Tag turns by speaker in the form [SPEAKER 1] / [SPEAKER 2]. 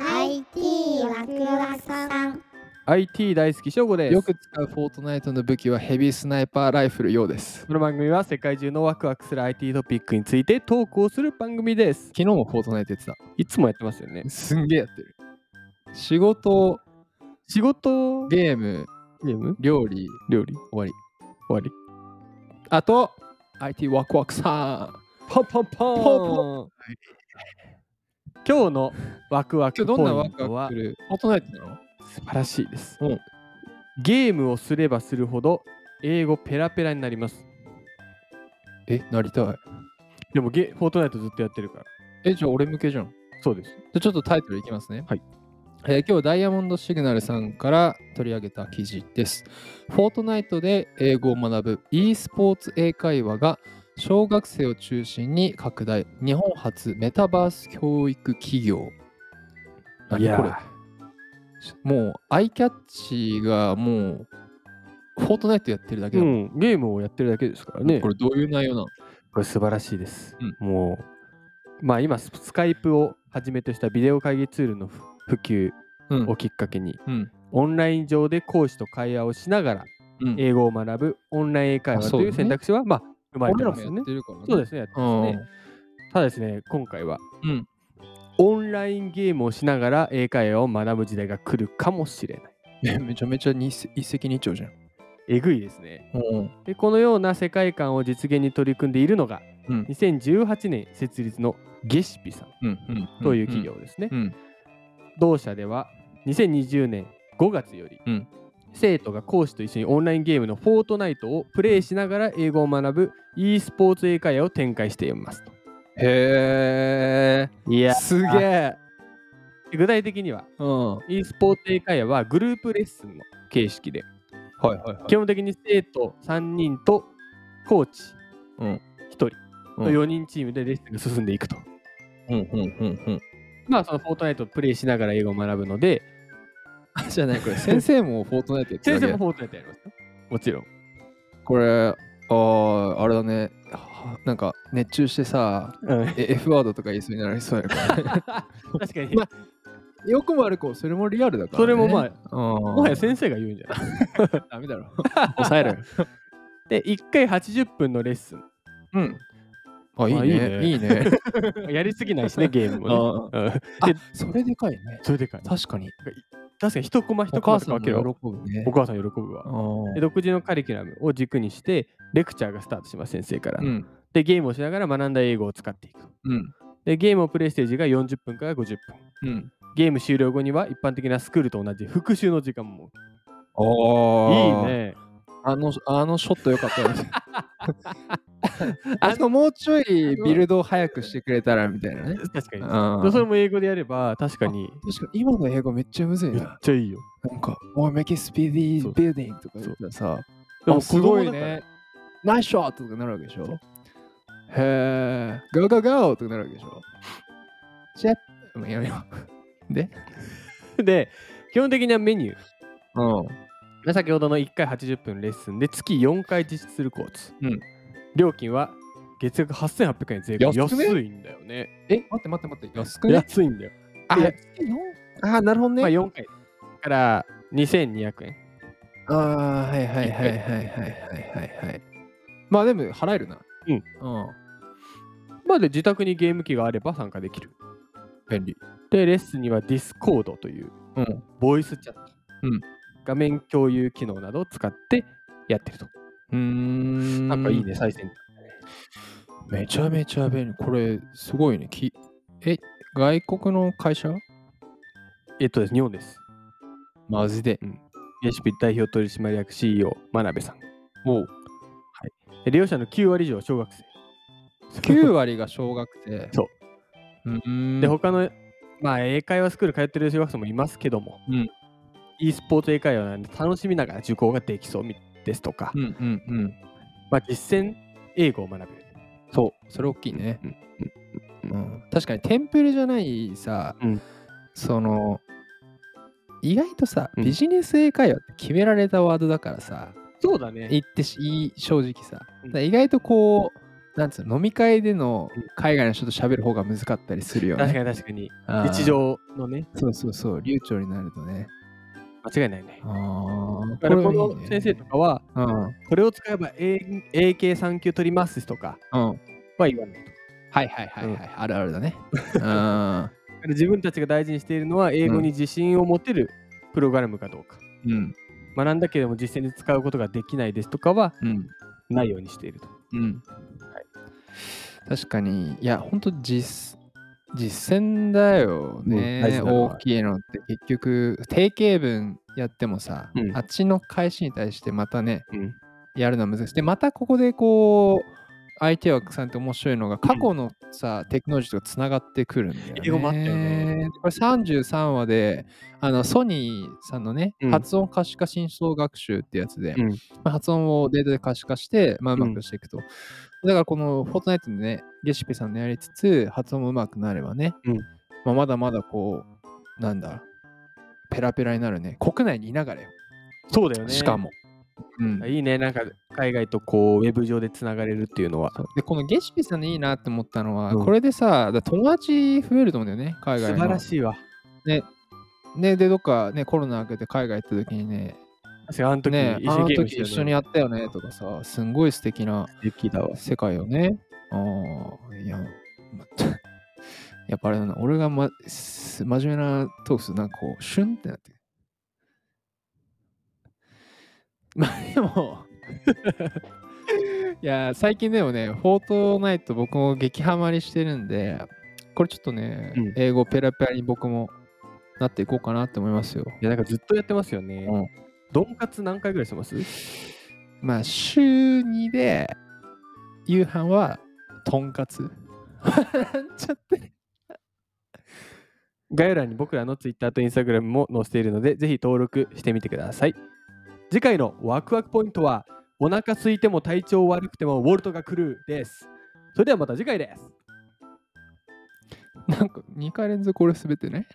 [SPEAKER 1] IT ワクワクさん
[SPEAKER 2] IT 大好き翔吾です
[SPEAKER 3] よく使うフォートナイトの武器はヘビースナイパーライフル用です。
[SPEAKER 2] この番組は世界中のワクワクする IT トピックについて投稿する番組です
[SPEAKER 3] 昨日もフォートナイトやってた。
[SPEAKER 2] いつもやってますよね
[SPEAKER 3] すんげえやってる。仕事、
[SPEAKER 2] 仕事ゲ
[SPEAKER 3] ゲーム、
[SPEAKER 2] ーム
[SPEAKER 3] 料理、終
[SPEAKER 2] 料理終
[SPEAKER 3] わり。
[SPEAKER 2] わり
[SPEAKER 3] あと、IT ワクワクさん。
[SPEAKER 2] ポンポンポン
[SPEAKER 3] ポン
[SPEAKER 2] 今日のワクワ
[SPEAKER 3] 今
[SPEAKER 2] ク
[SPEAKER 3] 日どん
[SPEAKER 2] ポ
[SPEAKER 3] な
[SPEAKER 2] イ
[SPEAKER 3] ワ
[SPEAKER 2] ン
[SPEAKER 3] ク
[SPEAKER 2] ト
[SPEAKER 3] ワ
[SPEAKER 2] は
[SPEAKER 3] クするフォートナイトなの
[SPEAKER 2] 素晴らしいです、
[SPEAKER 3] うん
[SPEAKER 2] ゲームをすればするほど英語ペラペラになります
[SPEAKER 3] え、なりたい。
[SPEAKER 2] でもゲフォートナイトずっとやってるから
[SPEAKER 3] え、じゃあ俺向けじゃん。
[SPEAKER 2] そうです
[SPEAKER 3] じゃあちょっとタイトルいきますね。
[SPEAKER 2] はい。
[SPEAKER 3] えー今日ダイヤモンドシグナルさんから取り上げた記事です。フォートナイトで英語を学ぶ e スポーツ英会話が小学生を中心に拡大。日本初メタバース教育企業。
[SPEAKER 2] い
[SPEAKER 3] 何
[SPEAKER 2] や
[SPEAKER 3] これもうアイキャッチがもうフォートナイトやってるだけ
[SPEAKER 2] う
[SPEAKER 3] だもん。
[SPEAKER 2] ん、ゲームをやってるだけですからね
[SPEAKER 3] これどういう内容なの
[SPEAKER 2] これ素晴らしいです。
[SPEAKER 3] うん
[SPEAKER 2] もう、まあ今、ススカイプをはじめとしたビデオ会議ツールのふ普
[SPEAKER 3] うん
[SPEAKER 2] 及をきっかけに、
[SPEAKER 3] うん。
[SPEAKER 2] オンライン上で講師と会話をしながら、
[SPEAKER 3] うん
[SPEAKER 2] 英語を学ぶオンライン英会
[SPEAKER 3] あ
[SPEAKER 2] 話
[SPEAKER 3] そ
[SPEAKER 2] と
[SPEAKER 3] うだ
[SPEAKER 2] い
[SPEAKER 3] ね
[SPEAKER 2] う選択肢は、まあ、生まれて
[SPEAKER 3] 俺ら
[SPEAKER 2] ます
[SPEAKER 3] もや
[SPEAKER 2] よね
[SPEAKER 3] っ。てるからね。
[SPEAKER 2] そうですね、やって
[SPEAKER 3] う
[SPEAKER 2] ます
[SPEAKER 3] ん。
[SPEAKER 2] ね。ただですね、今回は、
[SPEAKER 3] うん。
[SPEAKER 2] オンラインゲームをしながら英会話を学ぶ時代が来るかもしれない。
[SPEAKER 3] めちゃめちゃに一石二鳥じゃん。
[SPEAKER 2] えぐいですね。
[SPEAKER 3] うん。
[SPEAKER 2] で、このような世界観を実現に取り組んでいるのが、
[SPEAKER 3] うん
[SPEAKER 2] 2018年設立のゲシピさん
[SPEAKER 3] うん。うん。
[SPEAKER 2] という企業ですね。
[SPEAKER 3] うん。
[SPEAKER 2] 同社では2020年5月より、
[SPEAKER 3] うん
[SPEAKER 2] 生徒が講師と一緒にオンラインゲームのフォートナイトをプレイしながら英語を学ぶ e スポーツ英会話を展開していますと。
[SPEAKER 3] へ
[SPEAKER 2] い
[SPEAKER 3] え。すげえ。
[SPEAKER 2] 具体的には
[SPEAKER 3] うん。は
[SPEAKER 2] e スポーツ英会話はグループレッスンの形式で
[SPEAKER 3] いはいはい。
[SPEAKER 2] 基本的に生徒3人とコーチ
[SPEAKER 3] うん
[SPEAKER 2] 1人
[SPEAKER 3] うん
[SPEAKER 2] の4人チームでレッスンが進んでいくと。
[SPEAKER 3] うんうんうんうん。
[SPEAKER 2] まあそのフォートナイトをプレイしながら英語を学ぶので
[SPEAKER 3] あじゃないこれ。先生もフォートナイトやってる
[SPEAKER 2] 先
[SPEAKER 3] だけ。
[SPEAKER 2] 生もフォートナイトやりますよ。もちろん。
[SPEAKER 3] これ、ああ、あれだね。はなんか熱中してさ、え F ワードとか言いそうになりそうやから。
[SPEAKER 2] 確かに、
[SPEAKER 3] まよくも悪くもそれもリアルだから、ね。
[SPEAKER 2] それもまあ、
[SPEAKER 3] あ、
[SPEAKER 2] もはや先生が言うんじゃない
[SPEAKER 3] ダメだろ。抑えろよ。
[SPEAKER 2] で、1回80分のレッスン。
[SPEAKER 3] うん。あ、いい
[SPEAKER 2] あ
[SPEAKER 3] ね。
[SPEAKER 2] い
[SPEAKER 3] いいね。
[SPEAKER 2] やりすぎないしね、ゲームも、
[SPEAKER 3] あ
[SPEAKER 2] ね。うん
[SPEAKER 3] あ
[SPEAKER 2] で、
[SPEAKER 3] それでかいね。
[SPEAKER 2] それでかい。
[SPEAKER 3] 確かに。
[SPEAKER 2] 確かに、一コマ
[SPEAKER 3] お
[SPEAKER 2] 一コマ
[SPEAKER 3] 母
[SPEAKER 2] とか
[SPEAKER 3] さんも
[SPEAKER 2] 分け
[SPEAKER 3] 喜
[SPEAKER 2] れば、
[SPEAKER 3] ぶね
[SPEAKER 2] お。母さん喜ぶ
[SPEAKER 3] あ
[SPEAKER 2] わ。で
[SPEAKER 3] ー
[SPEAKER 2] 独自のカリキュラムを軸にして、レクチャーがスタートします、先生から。
[SPEAKER 3] うん。
[SPEAKER 2] で、ゲームをしながら学んだ英語を使っていく。
[SPEAKER 3] うん。
[SPEAKER 2] で、ゲームをプレイしてる時間40分から50分。
[SPEAKER 3] うん。
[SPEAKER 2] ゲーム終了後には一般的なスクールと同じ復習の時間も。いい
[SPEAKER 3] ああ。
[SPEAKER 2] ね。
[SPEAKER 3] あの、あのショット良かったよね。 あの、もうちょいビルドを早くしてくれたらみたいなね。
[SPEAKER 2] 確かに。
[SPEAKER 3] う
[SPEAKER 2] で
[SPEAKER 3] ん
[SPEAKER 2] それも英語でやれば、確かに、
[SPEAKER 3] 確かに今の英語めっちゃむずい
[SPEAKER 2] めっ
[SPEAKER 3] な。
[SPEAKER 2] ちゃいいよ。
[SPEAKER 3] なんか、おい、メキスピーディ
[SPEAKER 2] そ
[SPEAKER 3] ー
[SPEAKER 2] う
[SPEAKER 3] ビルディングとか言ったらさ、
[SPEAKER 2] でも
[SPEAKER 3] あすごいね。。ナイスショットとかなるわけでしょ。へえ、ゴーゴーゴーとかなるわけでしょ。シェッ、もうやめよ
[SPEAKER 2] 子供だから で、基本的にはメニュー。
[SPEAKER 3] う。うん。
[SPEAKER 2] で先ほどの1回80分レッスンで月4回実施するコース、
[SPEAKER 3] うん
[SPEAKER 2] 料金は月額8800円税込み
[SPEAKER 3] 安くね
[SPEAKER 2] 安いんだよね
[SPEAKER 3] え、待って待って待って、安くね
[SPEAKER 2] 安いんだよ、
[SPEAKER 3] あ
[SPEAKER 2] いや
[SPEAKER 3] あー、なるほどね。
[SPEAKER 2] まあ4回だから2200円
[SPEAKER 3] ああ、はいはいはいはいはいはいはいはい。まあでも払えるな。
[SPEAKER 2] うん
[SPEAKER 3] うん。
[SPEAKER 2] まあで自宅にゲーム機があれば参加できる
[SPEAKER 3] 便利。
[SPEAKER 2] でレッスンには Discord という
[SPEAKER 3] うん。
[SPEAKER 2] ボイスチャット、
[SPEAKER 3] うん
[SPEAKER 2] 画面共有機能などを使ってやってると
[SPEAKER 3] うーん。
[SPEAKER 2] なんかいいね。最先端
[SPEAKER 3] めちゃめちゃ便利。これ、すごいね。きえ、外国の会社
[SPEAKER 2] えっとです日本です
[SPEAKER 3] マジで。
[SPEAKER 2] レシピ代表取締役 CEO 真鍋さん
[SPEAKER 3] もう、
[SPEAKER 2] で利用者の9割以上は小学生
[SPEAKER 3] 9割が小学 生。。
[SPEAKER 2] そう
[SPEAKER 3] うー ん。
[SPEAKER 2] で、他の、まあ、英会話スクール通ってる小学生もいますけども、
[SPEAKER 3] うん
[SPEAKER 2] e スポーツ英会話なんで楽しみながら受講ができそうみですとか、
[SPEAKER 3] うんうんうん。
[SPEAKER 2] まあ、実践英語を学べる。
[SPEAKER 3] そう。それ大きいね。
[SPEAKER 2] うん
[SPEAKER 3] うん。確かに、テンプレじゃないさ、
[SPEAKER 2] うん
[SPEAKER 3] その、意外とさ、
[SPEAKER 2] うん
[SPEAKER 3] ビジネス英会話って決められたワードだからさ、
[SPEAKER 2] そうだね。
[SPEAKER 3] 言ってしいい正直さ、
[SPEAKER 2] うん
[SPEAKER 3] だから意外とこうなんつうの飲み会での海外の人と喋る方が難かったりするよね。
[SPEAKER 2] 確かに確かに。
[SPEAKER 3] あー
[SPEAKER 2] 日。常のね、
[SPEAKER 3] そうそうそう、流暢になるとね。
[SPEAKER 2] 間違いないね。
[SPEAKER 3] ああ、
[SPEAKER 2] だからこ
[SPEAKER 3] いい
[SPEAKER 2] の
[SPEAKER 3] ね
[SPEAKER 2] 先生とかは、
[SPEAKER 3] うん。うん。
[SPEAKER 2] これを使えば AK3 級取りますとか
[SPEAKER 3] はい
[SPEAKER 2] は言わないと。
[SPEAKER 3] はいはいはい。
[SPEAKER 2] うん
[SPEAKER 3] あるあ るだね。うん。
[SPEAKER 2] だから自分たちが大事にしているのは、英語に自信を持てるプログラムかどうか。
[SPEAKER 3] うん。
[SPEAKER 2] 学んだけれども実践で使うことができないですとかは
[SPEAKER 3] うん。
[SPEAKER 2] ないようにしていると。
[SPEAKER 3] うん。確かに、いや、本当実、実践だよ
[SPEAKER 2] うん大
[SPEAKER 3] ね。
[SPEAKER 2] 事なのは
[SPEAKER 3] 大きいのって結局、定型文やってもさ、
[SPEAKER 2] うん
[SPEAKER 3] あっちの返しに対してまたね、
[SPEAKER 2] うん
[SPEAKER 3] やるのは難しい。で、またここでこう、相手はさんって面白いのが過去のさ、テクノロジーとつながってくるんだよね。
[SPEAKER 2] 英語もあったよね。
[SPEAKER 3] これ33話であのソニーさんのね、
[SPEAKER 2] うん
[SPEAKER 3] 発音可視化真相学習ってやつで、
[SPEAKER 2] うん
[SPEAKER 3] まあ、発音をデータで可視化して、まあ、う
[SPEAKER 2] うん
[SPEAKER 3] まくしていくと、だからこのフォートナイトでねレシピさんのやりつつ発音もうまくなればね、
[SPEAKER 2] うん
[SPEAKER 3] まあ、まだまだこうなんだペラペラになるね国内にいながらよ、
[SPEAKER 2] そうだよね。
[SPEAKER 3] しか。も、うん、
[SPEAKER 2] いいね、なんか海外とこうウェブ上でつながれるっていうのは。
[SPEAKER 3] でこのゲシピさんのいいなって思ったのは、
[SPEAKER 2] うん
[SPEAKER 3] これでさだから友達増えると思うんだよね海
[SPEAKER 2] 素
[SPEAKER 3] 外の
[SPEAKER 2] 晴らしいわ。
[SPEAKER 3] ね、で、どっかね、コロナ明けて海外行った時にね、
[SPEAKER 2] 確かにあの時
[SPEAKER 3] ね、
[SPEAKER 2] 一
[SPEAKER 3] あ
[SPEAKER 2] 緒
[SPEAKER 3] の
[SPEAKER 2] にゲームし
[SPEAKER 3] 時
[SPEAKER 2] て
[SPEAKER 3] 一緒に
[SPEAKER 2] や
[SPEAKER 3] やったよねとかさ、すんごい素敵な
[SPEAKER 2] ってたわ。
[SPEAKER 3] 世界よね。ああ、いや、ま やっぱあれだな、俺が、ま、す真面目なトークするとなんかこう、シュンってなって。 まあでも、 いや、最近でもね、フォートナイト僕も激ハマりしてるんで、これちょっとね、
[SPEAKER 2] うん
[SPEAKER 3] 英語ペラペラに僕もなっていこうかなって思いますよ。
[SPEAKER 2] いや、なんかずっとやってますよね。
[SPEAKER 3] うん
[SPEAKER 2] ドンカツ何回ぐらいしてます
[SPEAKER 3] まあ、週2で、夕飯は、とんかつ。 なんちゃって。
[SPEAKER 2] 概要欄に僕らの Twitter と Instagram も載せているので、ぜひ登録してみてください。次回のワクワクポイントは、お腹空いても体調悪くてもウォルトが来るです。それではまた次回です。
[SPEAKER 3] なんか、2回連続俺滑ってね。